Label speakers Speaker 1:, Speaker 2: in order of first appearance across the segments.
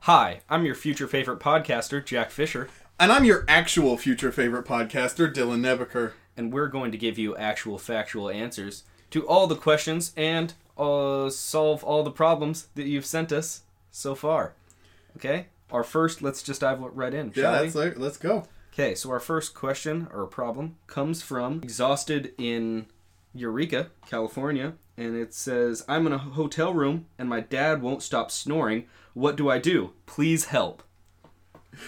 Speaker 1: Hi, I'm your future favorite podcaster, Jack Fisher,
Speaker 2: And I'm your actual future favorite podcaster, Dylan Nebaker.
Speaker 1: and we're going to give you actual factual answers to all the questions and uh, solve all the problems that you've sent us so far. Okay? Our first, let's just dive right in.
Speaker 2: Yeah,
Speaker 1: shall we?
Speaker 2: that's it. Let's go.
Speaker 1: Okay, so our first question or problem comes from Exhausted in Eureka, California, and it says, I'm in a hotel room and my dad won't stop snoring. What do I do? Please help.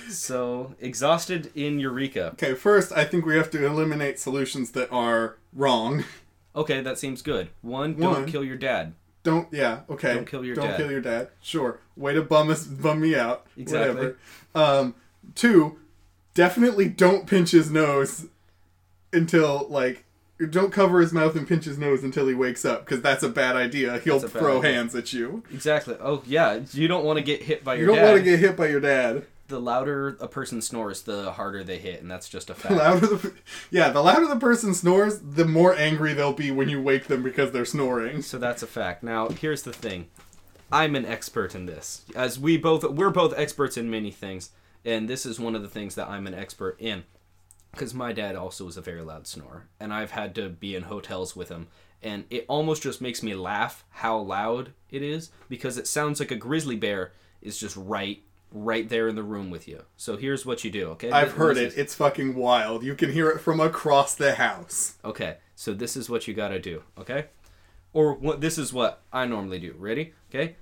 Speaker 1: So, Exhausted in Eureka.
Speaker 2: Okay, first, I think we have to eliminate solutions that are wrong.
Speaker 1: Okay, that seems good. One, don't
Speaker 2: One.
Speaker 1: kill your dad.
Speaker 2: Don't, yeah, okay.
Speaker 1: Don't kill your
Speaker 2: Don't
Speaker 1: dad.
Speaker 2: kill your dad. Sure. Way to bum, us, bum me out.
Speaker 1: Exactly.
Speaker 2: Whatever. Um, two, definitely don't pinch his nose until, like, don't cover his mouth and pinch his nose until he wakes up, because that's a bad idea. He'll
Speaker 1: That's a bad
Speaker 2: throw
Speaker 1: idea.
Speaker 2: hands at you.
Speaker 1: Exactly. Oh, yeah, you don't want to get hit by
Speaker 2: You
Speaker 1: your
Speaker 2: don't
Speaker 1: dad.
Speaker 2: want to get hit by your dad.
Speaker 1: The louder a person snores, the harder they hit, and that's just a
Speaker 2: The
Speaker 1: fact.
Speaker 2: louder the yeah, the louder the person snores, the more angry they'll be when you wake them because they're snoring.
Speaker 1: So that's a fact. Now, here's the thing. I'm an expert in this. As we both we're both experts in many things, and this is one of the things that I'm an expert in. Cuz my dad also was a very loud snorer, and I've had to be in hotels with him, and it almost just makes me laugh how loud it is because it sounds like a grizzly bear is just right right there in the room with you. So here's what you do, okay?
Speaker 2: I've
Speaker 1: This
Speaker 2: heard
Speaker 1: is-
Speaker 2: it. It's fucking wild. You can hear it from across the house.
Speaker 1: Okay, so this is what you gotta do, okay? Or what? This is what I normally do. Ready? Okay,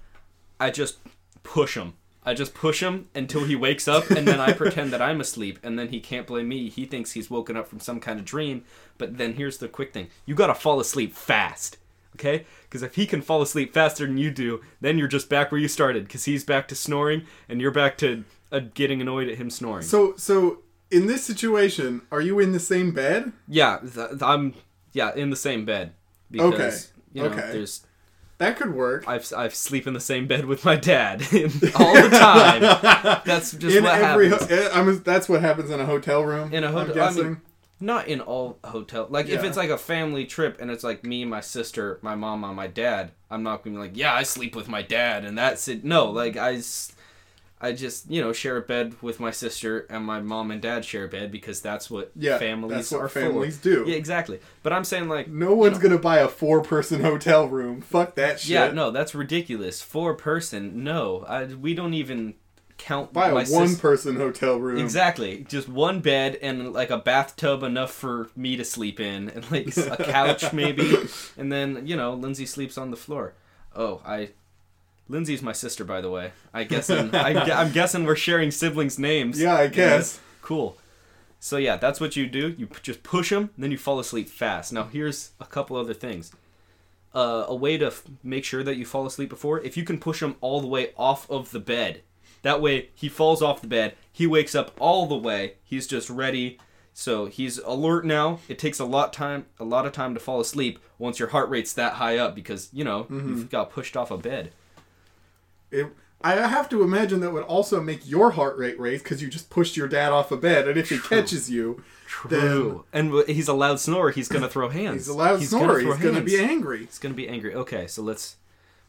Speaker 1: I just push him. I just push him until he wakes up, and then I pretend that I'm asleep, and then he can't blame me. He thinks he's woken up from some kind of dream. But then here's the quick thing: you gotta fall asleep fast, okay? Because if he can fall asleep faster than you do, then you're just back where you started. Because he's back to snoring, and you're back to uh, getting annoyed at him snoring.
Speaker 2: So so in this situation, are you in the same bed?
Speaker 1: Yeah, th- th- I'm yeah in the same bed because
Speaker 2: Okay,
Speaker 1: you know
Speaker 2: okay.
Speaker 1: there's
Speaker 2: That could work.
Speaker 1: I've I've sleep in the same bed with my dad all the time. That's just
Speaker 2: In
Speaker 1: what
Speaker 2: every ho-
Speaker 1: happens
Speaker 2: eh, I'm, that's what happens in a hotel room.
Speaker 1: in a
Speaker 2: I'm
Speaker 1: hotel. I
Speaker 2: guessing.
Speaker 1: mean, not in all hotel. Like if
Speaker 2: Yeah.
Speaker 1: it's like a family trip and it's like me, my sister, my mom, and my dad, I'm not gonna be like yeah I sleep with my dad and that's it. No, like I. s- I just, you know, share a bed with my sister and my mom and dad share a bed because that's what
Speaker 2: Yeah,
Speaker 1: families
Speaker 2: that's what
Speaker 1: are
Speaker 2: families
Speaker 1: for.
Speaker 2: do.
Speaker 1: Yeah, exactly. But I'm saying like
Speaker 2: no one's gonna buy a four-person hotel room. Fuck that shit.
Speaker 1: Yeah, no, that's ridiculous. Four person, no. I, we don't even count
Speaker 2: Buy a
Speaker 1: my sis-
Speaker 2: one-person hotel room.
Speaker 1: Exactly, just one bed and like a bathtub enough for me to sleep in, and like a couch maybe, and then you know Lindsay sleeps on the floor. Oh, I. Lindsay's my sister, by the way. I guess I'm, I, am guessing we're sharing siblings' names.
Speaker 2: Yeah, I guess.
Speaker 1: Cool. So yeah, that's what you do. You p- just push them, then you fall asleep fast. Now here's a couple other things. Uh, a way to f- make sure that you fall asleep before, if you can push him all the way off of the bed. That way he falls off the bed. He wakes up all the way. He's just ready. So he's alert now. It takes a lot time, a lot of time to fall asleep once your heart rate's that high up because you know
Speaker 2: Mm-hmm.
Speaker 1: you've got pushed off a bed.
Speaker 2: It, I have to imagine that would also make your heart rate raise because you just pushed your dad off of bed, and if he catches you, then
Speaker 1: Ooh. And w- he's a loud snorer. He's gonna throw hands.
Speaker 2: he's a loud snorer.
Speaker 1: throw
Speaker 2: He's going to
Speaker 1: hands.
Speaker 2: be angry.
Speaker 1: It's gonna be angry. Okay, so let's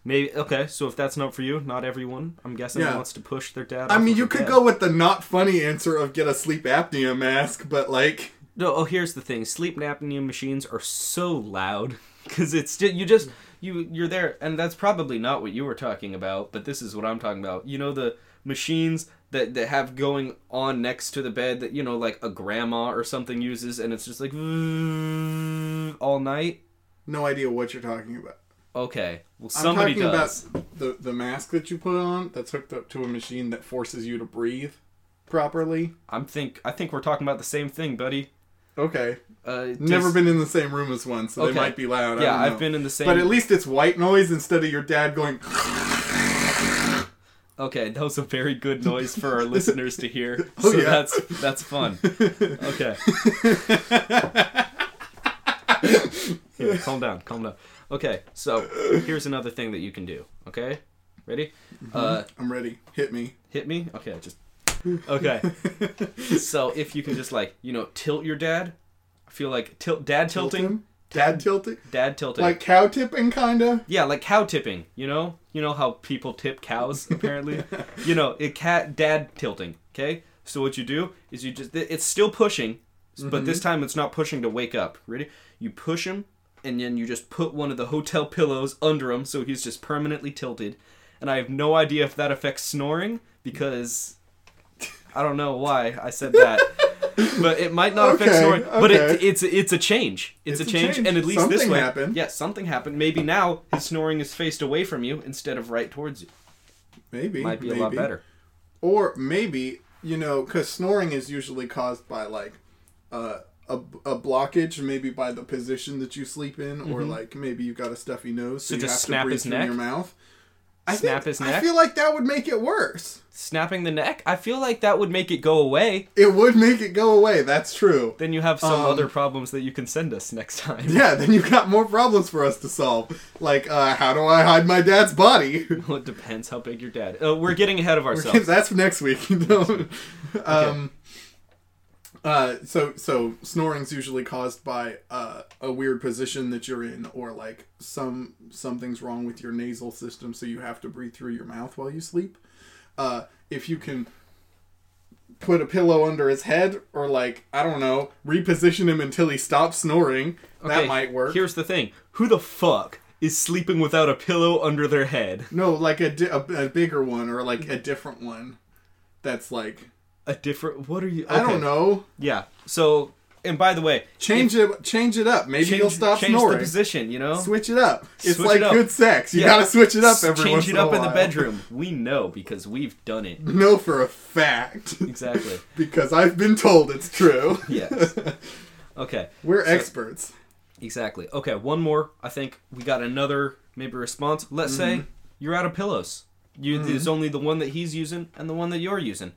Speaker 1: maybe. Okay, so if that's not for you, not everyone, I'm guessing,
Speaker 2: Yeah.
Speaker 1: wants to push their dad.
Speaker 2: I
Speaker 1: off
Speaker 2: mean,
Speaker 1: of
Speaker 2: you
Speaker 1: the
Speaker 2: could
Speaker 1: bed.
Speaker 2: go with the not funny answer of get a sleep apnea mask, but like,
Speaker 1: No, oh, here's the thing: sleep apnea machines are so loud because it's ju- you just you you're there, and that's probably not what you were talking about, but this is what I'm talking about. You know the machines that that have going on next to the bed that you know like a grandma or something uses, and it's just like all night.
Speaker 2: no idea what you're talking about.
Speaker 1: Okay, well
Speaker 2: I'm
Speaker 1: somebody
Speaker 2: talking
Speaker 1: does.
Speaker 2: about the the mask that you put on that's hooked up to a machine that forces you to breathe properly.
Speaker 1: I'm think I think we're talking about the same thing, buddy.
Speaker 2: Okay,
Speaker 1: Uh, just-
Speaker 2: never been in the same room as one, so
Speaker 1: Okay.
Speaker 2: they might be loud. I
Speaker 1: Yeah,
Speaker 2: don't
Speaker 1: I've
Speaker 2: know.
Speaker 1: been in the same.
Speaker 2: But at least it's white noise instead of your dad going.
Speaker 1: okay, that was a very good noise for our listeners to hear.
Speaker 2: Oh,
Speaker 1: so
Speaker 2: yeah.
Speaker 1: that's that's fun. Okay. Here, calm down, calm down. Okay, so here's another thing that you can do. Okay, ready?
Speaker 2: Mm-hmm.
Speaker 1: Uh,
Speaker 2: I'm ready. Hit me.
Speaker 1: hit me. Okay, just okay. so if you can just like you know tilt your dad, I feel like tilt dad tilting.
Speaker 2: him? Dad tilting?
Speaker 1: Dad tilting.
Speaker 2: Like cow tipping, kinda?
Speaker 1: yeah, like cow tipping. You know, you know how people tip cows. Apparently, you know, it cat dad tilting. Okay, so what you do is you just it's still pushing, but
Speaker 2: Mm-hmm.
Speaker 1: this time it's not pushing to wake up. Ready? You push him, and then you just put one of the hotel pillows under him, so he's just permanently tilted. And I have no idea if that affects snoring because I don't know why I said that. But it might not affect
Speaker 2: Okay,
Speaker 1: snoring. But it,
Speaker 2: okay.
Speaker 1: it's it's a change. It's, a, change, and at least this
Speaker 2: Something
Speaker 1: way,
Speaker 2: happened.
Speaker 1: yeah, something happened. Maybe now his snoring is faced away from you instead of right towards you.
Speaker 2: Maybe.
Speaker 1: Might be
Speaker 2: maybe.
Speaker 1: a lot better.
Speaker 2: Or maybe, you know, because snoring is usually caused by, like, uh, a, a blockage, maybe by the position that you sleep in, or, like, maybe you've got a stuffy nose, so,
Speaker 1: Mm-hmm. So
Speaker 2: you
Speaker 1: just
Speaker 2: have
Speaker 1: snap
Speaker 2: to breathe
Speaker 1: his
Speaker 2: from
Speaker 1: neck?
Speaker 2: your mouth. I
Speaker 1: Snap
Speaker 2: think,
Speaker 1: his
Speaker 2: I
Speaker 1: neck?
Speaker 2: feel like that would make it worse.
Speaker 1: Snapping the neck, I feel like that would make it go away.
Speaker 2: It would make it go away, that's true.
Speaker 1: Then you have some
Speaker 2: Um,
Speaker 1: other problems that you can send us next time.
Speaker 2: Yeah, then you've got more problems for us to solve. Like, uh, how do I hide my dad's body?
Speaker 1: Well, it depends how big your dad. Uh, we're getting ahead of ourselves.
Speaker 2: That's next week. You know? um, uh, so, so snoring's usually caused by uh, a weird position that you're in, or like some something's wrong with your nasal system, so you have to breathe through your mouth while you sleep. Uh, if you can put a pillow under his head, or like I don't know, reposition him until he stops snoring, that
Speaker 1: Okay,
Speaker 2: might work.
Speaker 1: Here's the thing: who the fuck is sleeping without a pillow under their head?
Speaker 2: No, like a, di- a, a bigger one or like a different one. That's like
Speaker 1: A different. What are you?
Speaker 2: I
Speaker 1: okay,
Speaker 2: don't know.
Speaker 1: Yeah. So, and by the way,
Speaker 2: Change it. Change it up. Maybe
Speaker 1: change,
Speaker 2: you'll stop
Speaker 1: change the
Speaker 2: snoring.
Speaker 1: position. You know,
Speaker 2: switch it up. It's
Speaker 1: Switch
Speaker 2: like
Speaker 1: it up.
Speaker 2: good sex. You
Speaker 1: Yeah.
Speaker 2: gotta switch it up every
Speaker 1: change
Speaker 2: once
Speaker 1: it
Speaker 2: in
Speaker 1: up
Speaker 2: a
Speaker 1: in the
Speaker 2: while.
Speaker 1: bedroom. We know because we've done it.
Speaker 2: No, for a fact.
Speaker 1: Exactly.
Speaker 2: because I've been told it's true.
Speaker 1: Yes. Okay.
Speaker 2: We're experts.
Speaker 1: Exactly. Okay, one more. I think we got another maybe response. Let's
Speaker 2: Mm-hmm.
Speaker 1: say you're out of pillows. You there's only the one that he's using and the one that you're using.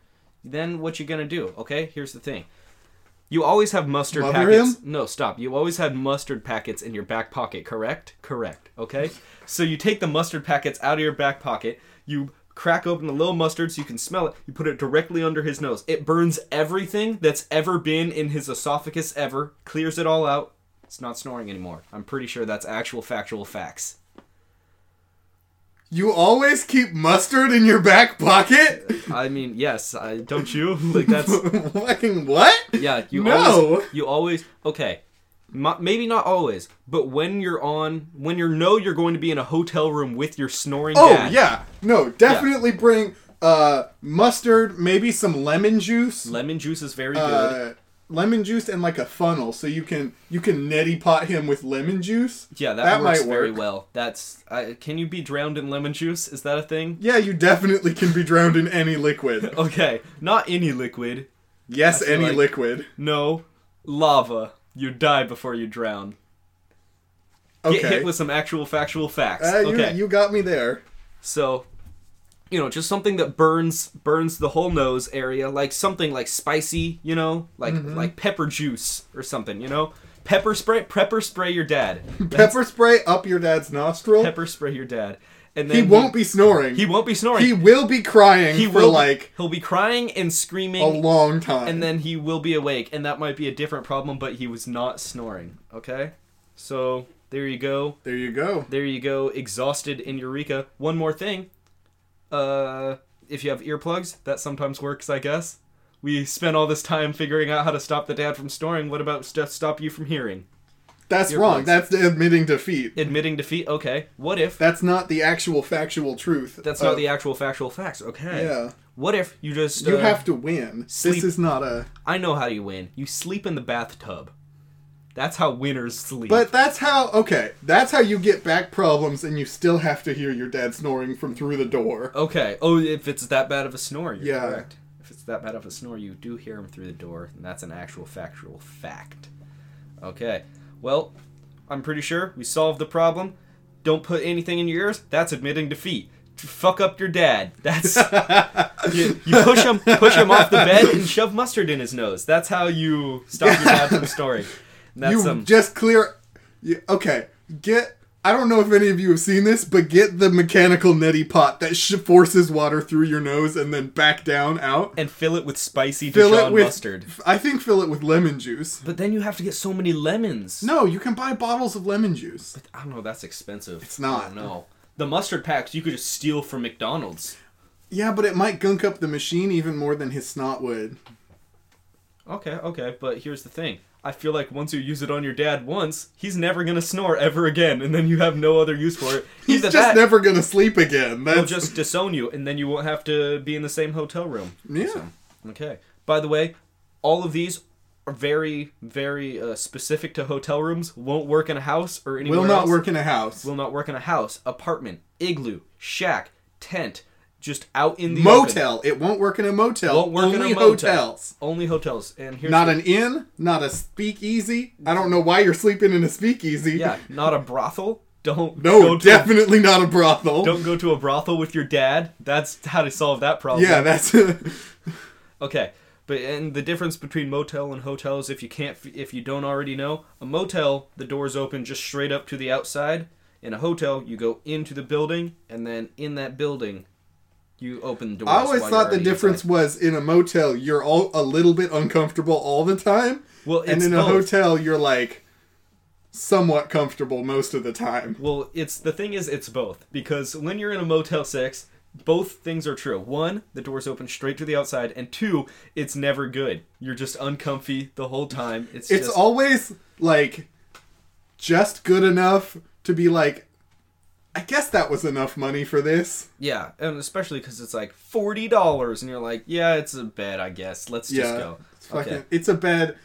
Speaker 1: Then what you gonna do? Okay, here's the thing. You always have mustard
Speaker 2: Mother
Speaker 1: packets. No, stop. You always had mustard packets in your back pocket, correct? Correct. Okay? so you take the mustard packets out of your back pocket, you crack open a little mustard so you can smell it, you put it directly under his nose. It burns everything that's ever been in his esophagus ever, clears it all out. It's not snoring anymore. I'm pretty sure that's actual factual facts.
Speaker 2: You always keep mustard in your back pocket.
Speaker 1: I mean, yes, I don't you? Like that's
Speaker 2: Fucking what?
Speaker 1: Yeah, you
Speaker 2: No.
Speaker 1: always you always okay. mo- Maybe not always, but when you're on, when you know you're going to be in a hotel room with your snoring
Speaker 2: Oh
Speaker 1: dad,
Speaker 2: yeah. No, definitely bring uh mustard, maybe some lemon juice.
Speaker 1: lemon juice is very good.
Speaker 2: uh, lemon juice and like a funnel, so you can you can neti pot him with lemon juice.
Speaker 1: Yeah, that, works very well. That's I can you be drowned in lemon juice? Is that a thing?
Speaker 2: Yeah, you definitely can be drowned in any liquid.
Speaker 1: Okay, not any liquid.
Speaker 2: Yes,
Speaker 1: feel
Speaker 2: any
Speaker 1: like-
Speaker 2: liquid.
Speaker 1: No, lava. You die before you drown.
Speaker 2: Okay,
Speaker 1: Get hit with some actual factual facts.
Speaker 2: Uh, you,
Speaker 1: okay,
Speaker 2: you got me there.
Speaker 1: So, you know, just something that burns burns the whole nose area, like something like spicy, you know, like
Speaker 2: Mm-hmm.
Speaker 1: like pepper juice or something, you know. Pepper spray, pepper spray your dad.
Speaker 2: Pepper spray up your dad's nostril.
Speaker 1: pepper spray your dad, and then
Speaker 2: he won't be snoring.
Speaker 1: He, won't be snoring.
Speaker 2: He will be crying
Speaker 1: He
Speaker 2: for
Speaker 1: will be-
Speaker 2: like
Speaker 1: he'll be crying and
Speaker 2: a
Speaker 1: screaming,
Speaker 2: long time.
Speaker 1: and then he will be awake, and that might be a different problem. But he was not snoring. Okay, so there you go.
Speaker 2: there you go.
Speaker 1: There you go, exhausted in Eureka. One more thing. Uh, if you have earplugs, that sometimes works, I guess. We spent all this time figuring out how to stop the dad from snoring. What about stuff stop you from hearing?
Speaker 2: That's
Speaker 1: Earplugs.
Speaker 2: wrong. That's admitting defeat.
Speaker 1: Admitting defeat? Okay. What if
Speaker 2: That's not the actual factual truth. Uh,
Speaker 1: that's not
Speaker 2: of-
Speaker 1: the actual factual facts? Okay.
Speaker 2: Yeah.
Speaker 1: What if you just.
Speaker 2: You
Speaker 1: uh,
Speaker 2: have to win.
Speaker 1: sleep-
Speaker 2: This is not a.
Speaker 1: I know how you win. You sleep in the bathtub. That's how winners sleep.
Speaker 2: But that's how okay. That's how you get back problems, and you still have to hear your dad snoring from through the door.
Speaker 1: Okay. Oh, if it's that bad of a snore, you're
Speaker 2: Yeah.
Speaker 1: correct. If it's that bad of a snore, you do hear him through the door, and that's an actual factual fact. Okay. Well, I'm pretty sure we solved the problem. Don't put anything in your ears. That's admitting defeat. Fuck up your dad. That's you, you push him, push him off the bed, and shove mustard in his nose. That's how you stop your dad from snoring. And That's
Speaker 2: you
Speaker 1: um,
Speaker 2: just clear. You, okay, get I don't know if any of you have seen this, but get the mechanical neti pot that sh- forces water through your nose and then back down out.
Speaker 3: and fill it with spicy
Speaker 2: Fill
Speaker 3: Dijon
Speaker 2: it with
Speaker 3: mustard.
Speaker 2: I think fill it with lemon juice.
Speaker 1: But then you have to get so many lemons.
Speaker 2: No, you can buy bottles of lemon juice.
Speaker 1: I don't know. That's expensive. It's
Speaker 2: not.
Speaker 1: No. The mustard packs you could just steal from McDonald's.
Speaker 2: Yeah, but it might gunk up the machine even more than his snot would.
Speaker 1: Okay, okay, but here's the thing. I feel like once you use it on your dad once, he's never gonna snore ever again, and then you have no other use for it.
Speaker 2: He's
Speaker 1: Either
Speaker 2: just
Speaker 1: that,
Speaker 2: never gonna sleep again.
Speaker 1: he'll
Speaker 2: That's
Speaker 1: just disown you, and then you won't have to be in the same hotel room.
Speaker 2: yeah.
Speaker 1: Okay. By the way, all of these are very, very uh, specific to hotel rooms. Won't work in a house or anywhere
Speaker 2: Will not
Speaker 1: else.
Speaker 2: work in a house.
Speaker 1: Will not work in a house, apartment, igloo, shack, tent, just out in the open.
Speaker 2: motel. It won't work in a motel.
Speaker 1: Won't work in
Speaker 2: Oh, Only
Speaker 1: a motel.
Speaker 2: hotels.
Speaker 1: Only hotels. And here's
Speaker 2: Not
Speaker 1: the-
Speaker 2: an inn. Not a speakeasy. I don't know why you're sleeping in a speakeasy.
Speaker 1: yeah, not a brothel. Don't
Speaker 2: No,
Speaker 1: go to a
Speaker 2: definitely not a brothel.
Speaker 1: Don't go to a brothel with your dad. That's how to solve that problem.
Speaker 2: yeah, that's
Speaker 1: Okay. But and the difference between motel and hotels, if you can't, if you don't already know, a motel the doors open just straight up to the outside. In a hotel, you go into the building, and then in that building, you open the doors.
Speaker 2: I
Speaker 1: while you're
Speaker 2: always thought the
Speaker 1: already
Speaker 2: difference
Speaker 1: inside.
Speaker 2: was in a motel you're all a little bit uncomfortable all the time,
Speaker 1: Well,
Speaker 2: and
Speaker 1: it's
Speaker 2: in a
Speaker 1: both.
Speaker 2: hotel you're like somewhat comfortable most of the time.
Speaker 1: Well, it's the thing is it's both because when you're in a Motel 6, both things are true. One, the doors open straight to the outside, and two, it's never good. You're just uncomfy the whole time. It's
Speaker 2: It's
Speaker 1: just,
Speaker 2: always like just good enough to be like, I guess that was enough money for this.
Speaker 1: yeah, and especially because it's like forty dollars, and you're like, yeah, it's a bed, I guess. Let's just
Speaker 2: Yeah,
Speaker 1: go.
Speaker 2: it's fucking, it's a bed.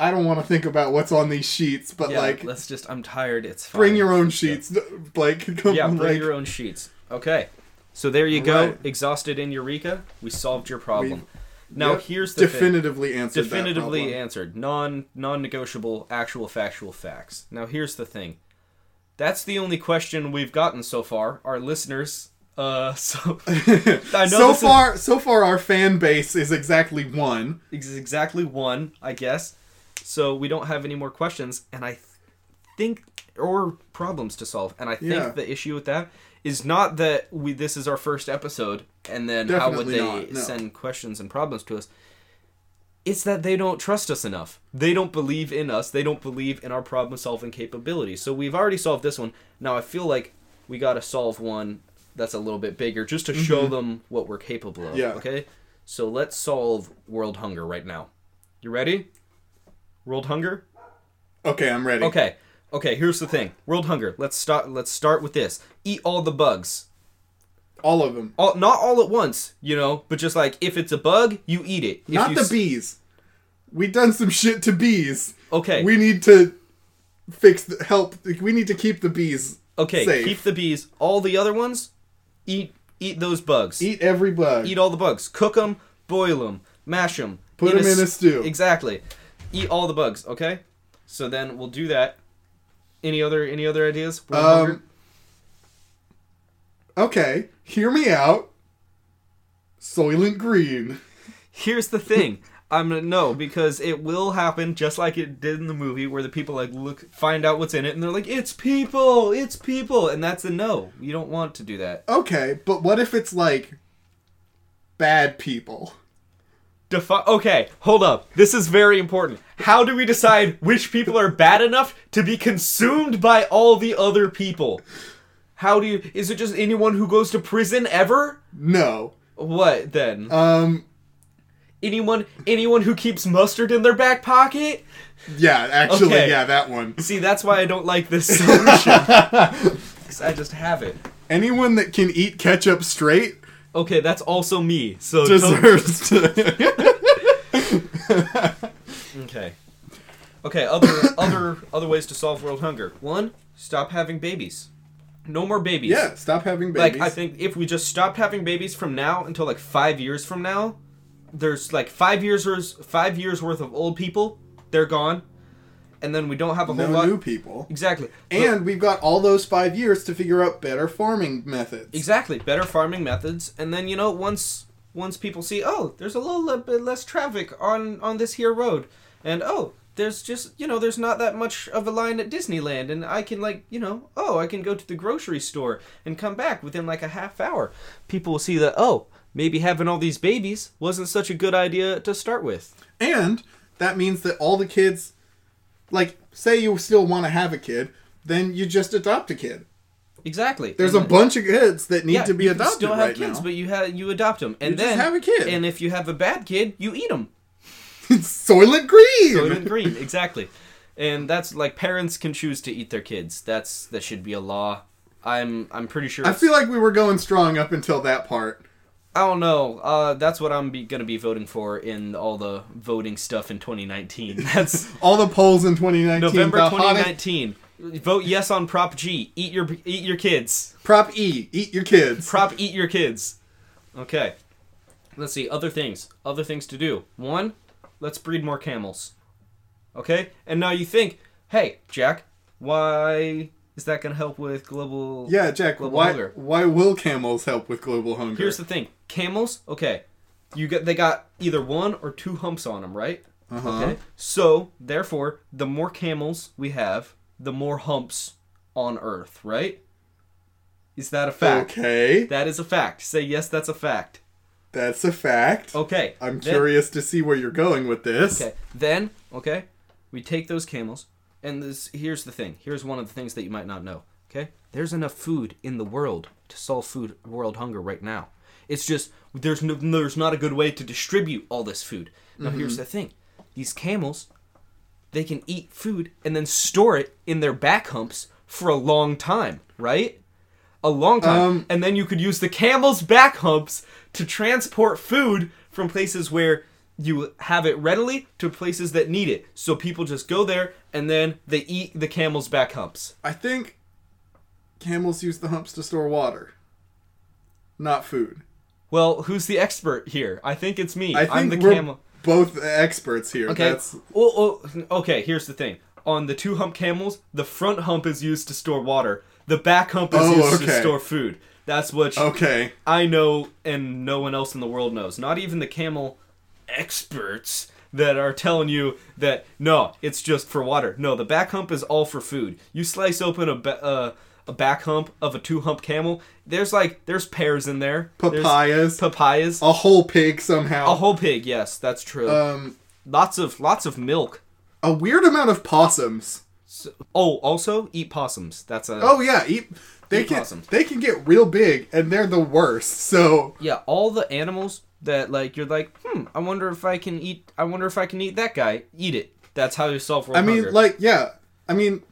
Speaker 2: I don't want to think about what's on these sheets, but
Speaker 1: Yeah,
Speaker 2: like,
Speaker 1: let's just. I'm tired. It's fine.
Speaker 2: bring your own sheets. Like, come,
Speaker 1: Yeah, bring
Speaker 2: like,
Speaker 1: your own sheets. Okay. So there you go.
Speaker 2: Right.
Speaker 1: Exhausted in Eureka. We solved your problem.
Speaker 2: We-
Speaker 1: now
Speaker 2: Yep.
Speaker 1: here's the thing.
Speaker 2: definitively answered.
Speaker 1: definitively
Speaker 2: that problem.
Speaker 1: answered non non-negotiable actual factual facts now here's the thing that's the only question we've gotten so far our listeners uh so i know
Speaker 2: so
Speaker 1: this is-
Speaker 2: far, so far, our fan base is exactly one.
Speaker 1: is exactly one i guess so we don't have any more questions and i th- think or problems to solve and i think
Speaker 2: Yeah.
Speaker 1: the issue with that is not that we this is our first episode and then how would
Speaker 2: Definitely
Speaker 1: they
Speaker 2: not, no.
Speaker 1: send questions and problems to us it's that they don't trust us enough. They don't believe in us. They don't believe in our problem solving capabilities. So we've already solved this one. Now I feel like we got to solve one that's a little bit bigger just to show them what we're capable of.
Speaker 2: Mm-hmm. Yeah.
Speaker 1: Okay? So let's solve world hunger right now. You ready? World hunger?
Speaker 2: Okay, I'm ready.
Speaker 1: Okay. Okay, here's the thing. World hunger. Let's start let's start with this. Eat all the bugs.
Speaker 2: all of them.
Speaker 1: All not all at once, you know, but just like if it's a bug, you eat it. If
Speaker 2: Not
Speaker 1: you
Speaker 2: the
Speaker 1: s-
Speaker 2: bees. We done some shit to bees.
Speaker 1: Okay.
Speaker 2: We need to fix the help. We need to keep the bees.
Speaker 1: Okay,
Speaker 2: safe.
Speaker 1: keep the bees. All the other ones, eat eat those bugs. Eat,
Speaker 2: eat every bug.
Speaker 1: all the bugs. Cook them, boil them, mash them.
Speaker 2: Put 'em in a stew.
Speaker 1: Exactly. Eat all the bugs. Okay. So then we'll do that. Any other any other ideas? We're hungry.
Speaker 2: Um, okay, hear me out. Soylent Green.
Speaker 1: Here's the thing. I'm gonna no because it will happen just like it did in the movie where the people like look find out what's in it and they're like it's people it's people and that's a no you don't want to do that
Speaker 2: Okay, but what if it's like bad people?
Speaker 1: Defi- okay, hold up. This is very important. How do we decide which people are bad enough to be consumed by all the other people? How do you. Is it just anyone who goes to prison ever?
Speaker 2: No.
Speaker 1: What then?
Speaker 2: Um.
Speaker 1: anyone anyone who keeps mustard in their back pocket?
Speaker 2: Yeah. Actually.
Speaker 1: Okay.
Speaker 2: Yeah. That one.
Speaker 1: See, that's why I don't like this solution. 'Cause I just have it.
Speaker 2: Anyone that can eat ketchup straight
Speaker 1: Okay, that's also me. So don't-
Speaker 2: deserves to.
Speaker 1: Okay. Okay, other other other ways to solve world hunger. One, stop having babies. No more babies.
Speaker 2: yeah. Stop having
Speaker 1: Like
Speaker 2: babies.
Speaker 1: I think if we just stopped having babies from now until like 5 years from now, there's like 5 years or 5 years worth of old people, they're gone. And then we don't have a whole
Speaker 2: no
Speaker 1: lot
Speaker 2: new people.
Speaker 1: Exactly. Look,
Speaker 2: And we've got all those five years to figure out better farming methods.
Speaker 1: exactly, better farming methods and then you know once once people see, "Oh, there's a little bit less traffic on on this here road." And oh, there's just you know there's not that much of a line at disneyland and i can like you know oh i can go to the grocery store and come back within like a half hour people will see that oh maybe having all these babies wasn't such a good idea to start with
Speaker 2: And that means that all the kids, like, say you still want to have a kid, then you just adopt a kid.
Speaker 1: exactly
Speaker 2: There's a
Speaker 1: And-
Speaker 2: bunch of kids that need to be
Speaker 1: you can
Speaker 2: adopted
Speaker 1: still have
Speaker 2: right
Speaker 1: kids
Speaker 2: now.
Speaker 1: but you ha- you adopt them and
Speaker 2: You just
Speaker 1: then
Speaker 2: have a kid.
Speaker 1: and if you have a bad kid you eat them
Speaker 2: Soylent Green.
Speaker 1: Soylent Green, exactly. And that's like parents can choose to eat their kids. That's that should be a law. I'm I'm pretty sure.
Speaker 2: I
Speaker 1: it's-
Speaker 2: feel like we were going strong up until that part.
Speaker 1: I don't know. Uh, that's what I'm be, gonna be voting for in all the voting stuff in 2019. That's
Speaker 2: All the polls in 2019.
Speaker 1: November
Speaker 2: the hottest-
Speaker 1: 2019. Vote yes on Prop G. Eat your eat your kids.
Speaker 2: Prop E. Eat your kids.
Speaker 1: Prop eat your kids. Okay. Let's see other things. Other things to do. One, let's breed more camels. Okay? And now you think, "Hey, Jack, why is that going to help with global
Speaker 2: yeah, Jack.
Speaker 1: Global
Speaker 2: Why?
Speaker 1: hunger.
Speaker 2: Why will camels help with global hunger?
Speaker 1: Here's the thing. Camels, okay. You get they got either one or two humps on them, right?
Speaker 2: Uh-huh.
Speaker 1: Okay. So, therefore, the more camels we have, the more humps on earth, right? Is that a fact?
Speaker 2: Okay,
Speaker 1: That is a fact. Say yes, that's a fact.
Speaker 2: that's a fact.
Speaker 1: Okay.
Speaker 2: I'm
Speaker 1: Oh, then-
Speaker 2: curious to see where you're going with this.
Speaker 1: Okay. Then, okay, we take those camels, and this here's the thing. Here's one of the things that you might not know. Okay, there's enough food in the world to solve food world hunger right now. It's just there's no, there's not a good way to distribute all this food. Now
Speaker 2: Mm-hmm.
Speaker 1: here's the thing. These camels, they can eat food and then store it in their back humps for a long time, right? A long time.
Speaker 2: Um,
Speaker 1: and then you could use the camel's back humps to transport food from places where you have it readily to places that need it. So people just go there and then they eat the camel's back humps.
Speaker 2: I think camels use the humps to store water, not food.
Speaker 1: Well, who's the expert here? I think it's me.
Speaker 2: I think
Speaker 1: I'm the
Speaker 2: we're
Speaker 1: camel.
Speaker 2: both the experts here.
Speaker 1: Okay.
Speaker 2: That's
Speaker 1: Oh, oh, okay, here's the thing. On the two hump camels, the front hump is used to store water. The back hump is
Speaker 2: Oh,
Speaker 1: used to
Speaker 2: okay.
Speaker 1: store food. That's what
Speaker 2: okay.
Speaker 1: I know and no one else in the world knows. Not even the camel experts that are telling you that no, it's just for water. No, the back hump is all for food. You slice open a ba- uh, a back hump of a two hump camel. There's like there's pears in there. There's
Speaker 2: Papayas,
Speaker 1: papayas.
Speaker 2: a whole pig somehow.
Speaker 1: A whole pig, yes, that's true.
Speaker 2: um,
Speaker 1: lots of lots of milk.
Speaker 2: a weird amount of possums.
Speaker 1: So, oh, also eat possums. That's a
Speaker 2: Oh yeah, eat. They
Speaker 1: Eat
Speaker 2: can
Speaker 1: possums.
Speaker 2: they can get real big, and they're the worst. So
Speaker 1: yeah all the animals that like you're like hmm i wonder if i can eat i wonder if i can eat that guy eat it that's how you solve world
Speaker 2: I mean,
Speaker 1: hunger.
Speaker 2: like yeah, I mean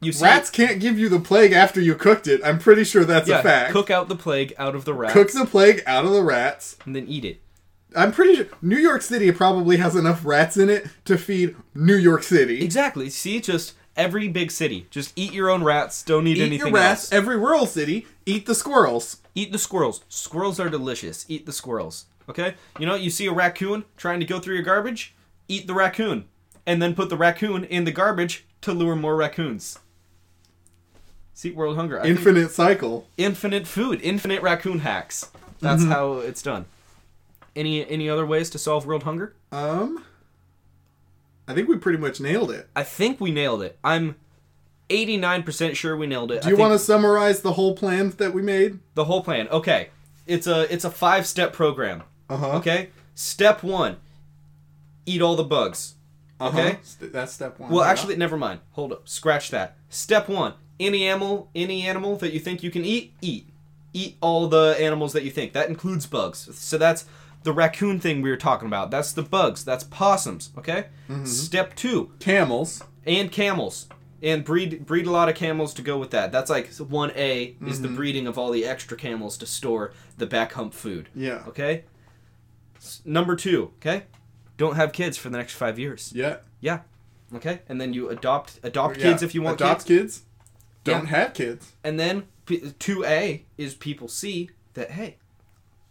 Speaker 1: you see
Speaker 2: rats can't give you the plague after you cooked it. I'm pretty sure that's
Speaker 1: yeah,
Speaker 2: a fact.
Speaker 1: cook out the plague out of the rat
Speaker 2: Cook the plague out of the rats.
Speaker 1: and then eat it
Speaker 2: I'm pretty sure New York City probably has enough rats in it to feed New York City.
Speaker 1: exactly see just every big city just eat your own rats don't eat,
Speaker 2: Eat
Speaker 1: anything
Speaker 2: your rats.
Speaker 1: else
Speaker 2: Every rural city, eat the squirrels.
Speaker 1: eat the squirrels squirrels are delicious eat the squirrels okay you know you see a raccoon trying to go through your garbage eat the raccoon and then put the raccoon in the garbage to lure more raccoons see world hunger I think-
Speaker 2: Infinite cycle.
Speaker 1: infinite food, infinite raccoon hacks. That's
Speaker 2: Mm-hmm.
Speaker 1: how it's done. Any any other ways to solve world hunger?
Speaker 2: Um, I think we pretty much nailed it.
Speaker 1: I think we nailed it. I'm 89% sure we nailed it.
Speaker 2: Do you want to summarize the whole plan that we made?
Speaker 1: the whole plan? Okay. It's a it's a five-step program.
Speaker 2: Uh huh.
Speaker 1: Okay? Step 1. Eat all the bugs.
Speaker 2: Uh-huh.
Speaker 1: Okay?
Speaker 2: That's step one.
Speaker 1: Well,
Speaker 2: yeah.
Speaker 1: actually, never mind. Hold up. Scratch that. Step 1. Any animal, any animal that you think you can eat, eat. Eat all the animals that you think. That includes bugs. So that's the raccoon thing we were talking about. That's the bugs. That's possums, okay?
Speaker 2: Mm-hmm.
Speaker 1: Step 2.
Speaker 2: camels.
Speaker 1: And camels. And breed breed a lot of camels to go with that. That's like 1A is the
Speaker 2: Mm-hmm.
Speaker 1: breeding of all the extra camels to store the back hump food.
Speaker 2: Yeah.
Speaker 1: Okay? S- number 2, okay? Don't have kids for the next 5 years.
Speaker 2: Yeah.
Speaker 1: Yeah. Okay. And then you adopt adopt
Speaker 2: Yeah.
Speaker 1: kids if you want
Speaker 2: Adopt
Speaker 1: kids.
Speaker 2: kids.
Speaker 1: Yeah.
Speaker 2: Don't have kids.
Speaker 1: And then two A is people see that hey,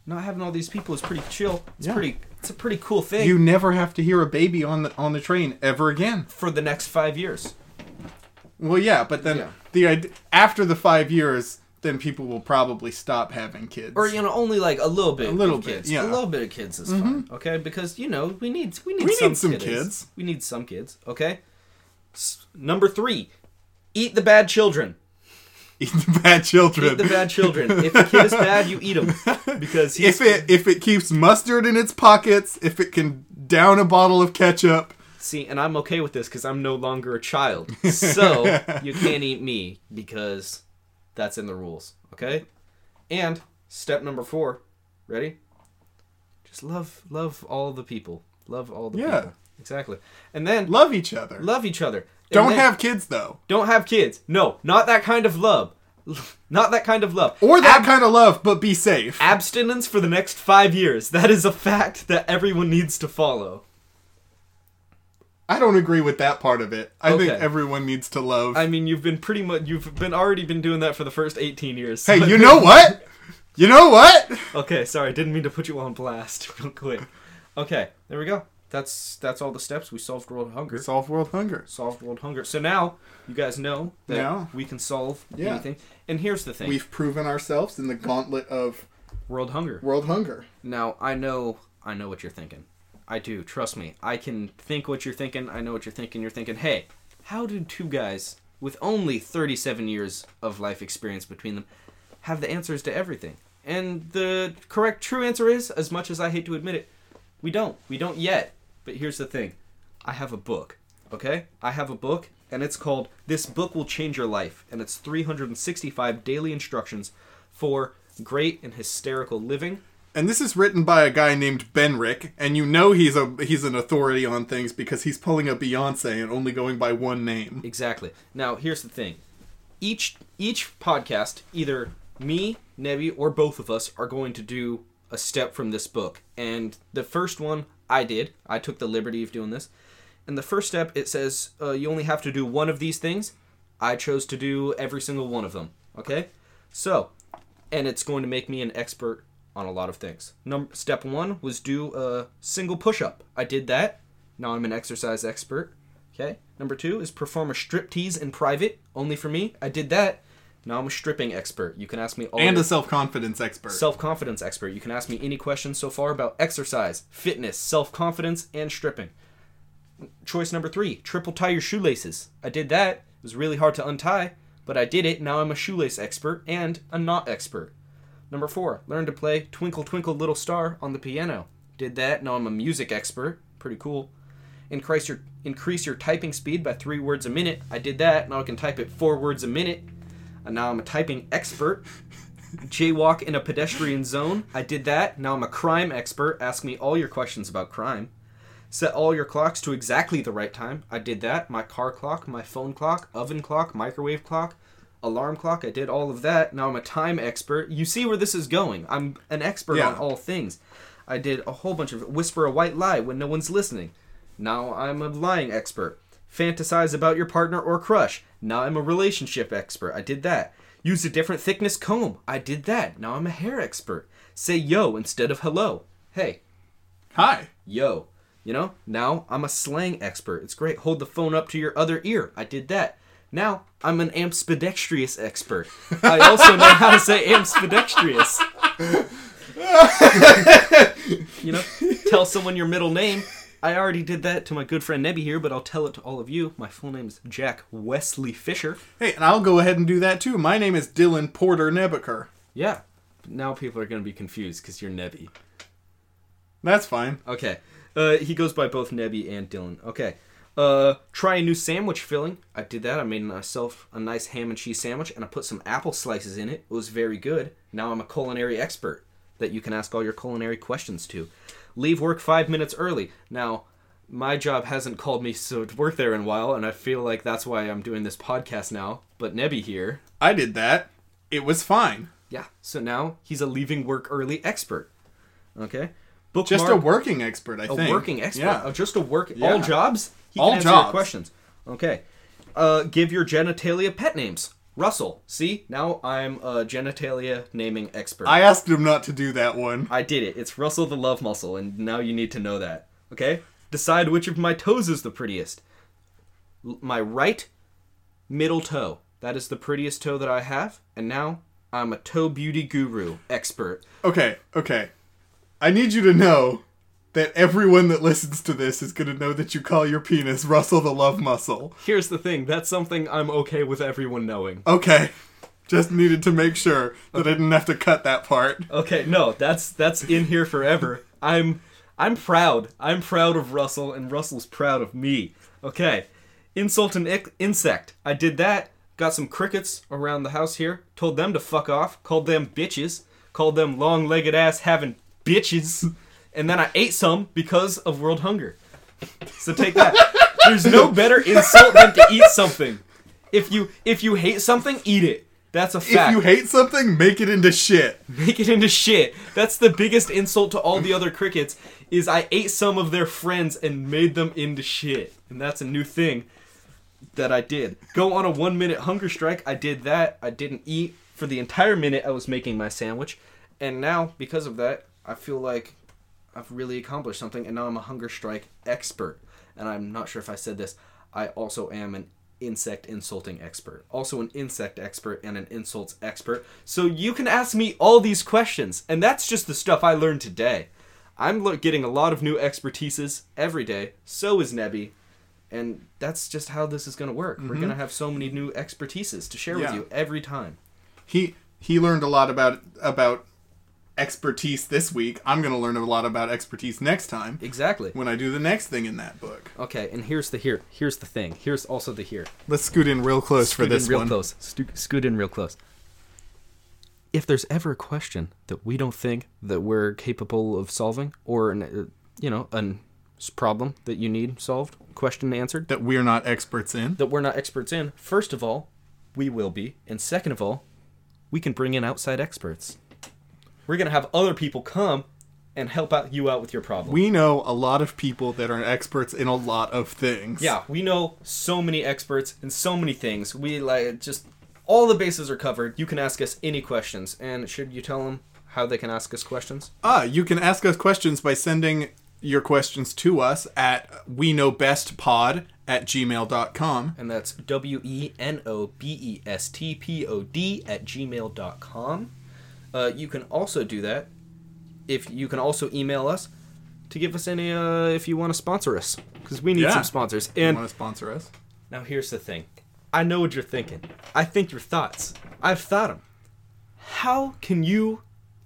Speaker 1: not having all these people is pretty chill. It's
Speaker 2: Yeah.
Speaker 1: pretty. It's a pretty cool thing
Speaker 2: You never have to hear a baby on the on the train ever again.
Speaker 1: for the next five years.
Speaker 2: Well, yeah, but then
Speaker 1: Yeah.
Speaker 2: the id- after the five years, then people will probably stop having kids.
Speaker 1: or you know only like a little bit
Speaker 2: A little
Speaker 1: of
Speaker 2: bit,
Speaker 1: kids.
Speaker 2: yeah. Mm-hmm.
Speaker 1: a little bit of kids is fine okay because you know we need we need
Speaker 2: We
Speaker 1: some,
Speaker 2: need some
Speaker 1: kiddies.
Speaker 2: kids.
Speaker 1: we need some kids okay S- number three eat the bad children
Speaker 2: eat the bad children.
Speaker 1: eat the bad children if the kid is bad you eat him because he's
Speaker 2: if it if it keeps mustard in its pockets, if it can down a bottle of ketchup,
Speaker 1: see and I'm okay with this because I'm no longer a child so you can't eat me because that's in the rules okay and step number four ready just love love all the people love all the
Speaker 2: Yeah.
Speaker 1: people exactly and then
Speaker 2: love each other.
Speaker 1: love each other. And
Speaker 2: Don't
Speaker 1: then-
Speaker 2: have kids though,
Speaker 1: don't have kids. No, not that kind of love. Not that kind of love.
Speaker 2: or that kind of love, but be safe.
Speaker 1: Abstinence for the next five years. That is a fact that everyone needs to follow.
Speaker 2: I don't agree with that part of it. I think
Speaker 1: Okay.
Speaker 2: everyone needs to love.
Speaker 1: I mean, you've been pretty much you've been already been doing that for the first eighteen years.
Speaker 2: hey, you know what? You know what?
Speaker 1: okay, sorry, didn't mean to put you on blast. Real quick. Okay, there we go. That's that's all the steps we solved world hunger.
Speaker 2: Solve world hunger.
Speaker 1: Solved world hunger. So now you guys know that
Speaker 2: Now.
Speaker 1: we can solve
Speaker 2: Yeah.
Speaker 1: anything. And here's the thing:
Speaker 2: We've proven ourselves in the gauntlet of
Speaker 1: world hunger.
Speaker 2: world hunger.
Speaker 1: Now I know I know what you're thinking. I do, trust me. I can think what you're thinking. I know what you're thinking. You're thinking, hey, how do two guys with only 37 years of life experience between them have the answers to everything? And the correct, true answer is, as much as I hate to admit it, we don't. We don't yet. But here's the thing I have a book, okay? I have a book, and it's called This Book Will Change Your Life, and it's 365 daily instructions for great and hysterical living.
Speaker 2: And this is written by a guy named Benrick, and you know he's a he's an authority on things because he's pulling a Beyonce and only going by one name.
Speaker 1: Exactly. Now, here's the thing. Each each podcast, either me, Nevi, or both of us are going to do a step from this book. And the first one I did, I took the liberty of doing this. And the first step it says uh, you only have to do one of these things. I chose to do every single one of them. Okay, so and it's going to make me an expert on a lot of things. Number step one was do a single push up. I did that. Now I'm an exercise expert. Okay. Number two is perform a strip tease in private, only for me. I did that. Now I'm a stripping expert. You can ask me all
Speaker 2: And
Speaker 1: your-
Speaker 2: a self confidence expert.
Speaker 1: self confidence expert. You can ask me any questions so far about exercise, fitness, self confidence, and stripping. Choice number three triple tie your shoelaces. I did that. It was really hard to untie, but I did it. Now I'm a shoelace expert and a knot expert. Number four, learn to play Twinkle Twinkle Little Star on the piano. Did that. Now I'm a music expert. Pretty cool. Increase your increase your typing speed by three words a minute. I did that. Now I can type at four words a minute. And now I'm a typing expert jaywalk in a pedestrian zone. I did that. Now I'm a crime expert. Ask me all your questions about crime. Set all your clocks to exactly the right time. I did that. My car clock, my phone clock, oven clock, microwave clock, alarm clock. I did all of that. Now I'm a time expert. You see where this is going. I'm an expert
Speaker 2: Yeah.
Speaker 1: on all things. I did a whole bunch of whisper a white lie when no one's listening. Now I'm a lying expert. Fantasize about your partner or crush. Now I'm a relationship expert. I did that. Use a different thickness comb. I did that. Now I'm a hair expert. Say yo instead of hello. Hey,
Speaker 2: Hi.
Speaker 1: yo. You know, now I'm a slang expert. It's great. Hold the phone up to your other ear. I did that. Now I'm an ambidextrous expert. I also know how to say ambidextrous. you know, tell someone your middle name. I already did that to my good friend Nebby here, but I'll tell it to all of you. My full name is Jack Wesley Fisher.
Speaker 2: Hey, and I'll go ahead and do that too. My name is Dylan Porter Nebuchadnezzar.
Speaker 1: Yeah. Now people are going to be confused because you're Nebby.
Speaker 2: That's fine.
Speaker 1: Okay. Uh, he goes by both Nebby and Dylan. Okay. Uh, try a new sandwich filling. I did that. I made myself a nice ham and cheese sandwich, and I put some apple slices in it. It was very good. Now I'm a culinary expert that you can ask all your culinary questions to. Leave work five minutes early. Now, my job hasn't called me so to work there in a while, and I feel like that's why I'm doing this podcast now. But Nebby here,
Speaker 2: I did that. It was fine.
Speaker 1: yeah. So now he's a leaving work early expert. Okay. Bookmark
Speaker 2: Just a working expert, I
Speaker 1: a
Speaker 2: think.
Speaker 1: working expert,
Speaker 2: Yeah.
Speaker 1: oh, just a work
Speaker 2: Yeah.
Speaker 1: all jobs. He
Speaker 2: All
Speaker 1: can answer
Speaker 2: jobs.
Speaker 1: your questions. Okay, uh, give your genitalia pet names. Russell. See, now I'm a genitalia naming expert.
Speaker 2: I asked him not to do that one.
Speaker 1: I did it. It's Russell the love muscle, and now you need to know that. Okay, decide which of my toes is the prettiest. L- my right middle toe. That is the prettiest toe that I have, and now I'm a toe beauty guru expert.
Speaker 2: Okay, okay. I need you to know that everyone that listens to this is going to know that you call your penis Russell the Love Muscle.
Speaker 1: Here's the thing that's something I'm okay with everyone knowing.
Speaker 2: Okay. Just needed to make sure that I didn't have to cut that part.
Speaker 1: Okay, no, that's that's in here forever. I'm I'm proud. I'm proud of Russell, and Russell's proud of me. Okay, insult and ic- insect. I did that. Got some crickets around the house here. Told them to fuck off. Called them bitches. Called them long-legged ass having bitches. And then I ate some because of world hunger. So take that. There's no better insult than to eat something. If you if you hate something, eat it. That's a fact
Speaker 2: If you hate something, make it into shit.
Speaker 1: make it into shit. That's the biggest insult to all the other crickets is I ate some of their friends and made them into shit. And that's a new thing that I did. Go on a 1 minute hunger strike. I did that. I didn't eat for the entire minute I was making my sandwich. And now because of that, I feel like I've really accomplished something and now I'm a hunger strike expert. And I'm not sure if I said this. I also am an insect insulting expert, also an insect expert and an insults expert. So you can ask me all these questions, and that's just the stuff I learned today. I'm le- getting a lot of new expertises every day. So is Nebby. And that's just how this is going to work. We're going to have so many new expertises to share with
Speaker 2: Mm-hmm. Yeah.
Speaker 1: you every time.
Speaker 2: He he learned a lot about about expertise this week. I'm going to learn a lot about expertise next time
Speaker 1: Exactly.
Speaker 2: when I do the next thing in that book.
Speaker 1: Okay, and here's the here. Here's the thing. Here's also the here.
Speaker 2: Let's scoot in real close for
Speaker 1: Scoot
Speaker 2: this
Speaker 1: in real
Speaker 2: one.
Speaker 1: close. Stu- scoot in real close. If there's ever a question that we don't think that we're capable of solving, or an, uh, you know, a problem that you need solved, question answered,
Speaker 2: That we're not experts in.
Speaker 1: that we're not experts in, first of all, we will be, and second of all, we can bring in outside experts. We're gonna have other people come and help out you out with your problem.
Speaker 2: We know a lot of people that are experts in a lot of things.
Speaker 1: Yeah, we know so many experts and so many things. We like just all the bases are covered. You can ask us any questions, and should you tell them how they can ask us questions?
Speaker 2: Ah, you can ask us questions by sending your questions to us at we know best pod at gmail.com.
Speaker 1: And that's W E N O B E S T P O D at gmail.com. Uh, you can also do that if you can also email us to give us any uh, if you want to sponsor us because we need
Speaker 2: Yeah.
Speaker 1: some sponsors.
Speaker 2: You
Speaker 1: And
Speaker 2: want to sponsor us?
Speaker 1: Now here's the thing. I know what you're thinking. I think your thoughts. I've thought them. How can you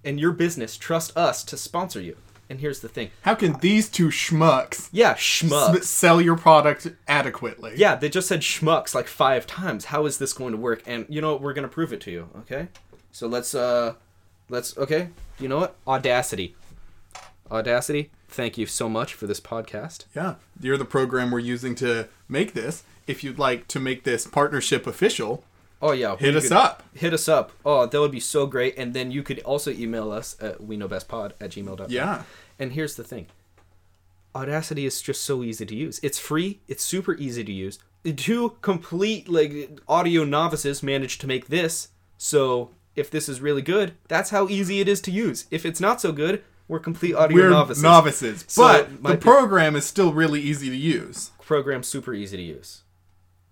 Speaker 1: and your business trust us to sponsor you? And here's the thing.
Speaker 2: How can these two schmucks
Speaker 1: Yeah,
Speaker 2: s-
Speaker 1: schmucks.
Speaker 2: sell your product adequately?
Speaker 1: Yeah, they just said schmucks like 5 times. How is this going to work? And you know what? We're going to prove it to you, okay? So let's uh let's okay. You know what? Audacity. Audacity. Thank you so much for this podcast.
Speaker 2: Yeah. You're the program we're using to make this. If you'd like to make this partnership official,
Speaker 1: Oh yeah,
Speaker 2: hit
Speaker 1: we
Speaker 2: us
Speaker 1: could-
Speaker 2: up.
Speaker 1: Hit us up. Oh, that would be so great. And then you could also email us at we know best pod at gmail.com.
Speaker 2: Yeah.
Speaker 1: And here's the thing Audacity is just so easy to use. It's free, it's super easy to use. The two complete like audio novices managed to make this. So if this is really good, that's how easy it is to use. If it's not so good, we're complete audio
Speaker 2: We're
Speaker 1: novices.
Speaker 2: novices.
Speaker 1: So it
Speaker 2: but
Speaker 1: might
Speaker 2: the
Speaker 1: be-
Speaker 2: program is still really easy to use.
Speaker 1: Program's super easy to use.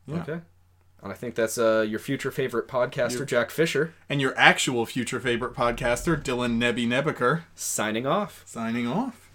Speaker 2: Yeah.
Speaker 1: Okay. And I think that's uh, your future favorite podcaster, Jack Fisher,
Speaker 2: And your actual future favorite podcaster, Dylan Nebby Nebaker,
Speaker 1: signing off.
Speaker 2: signing off.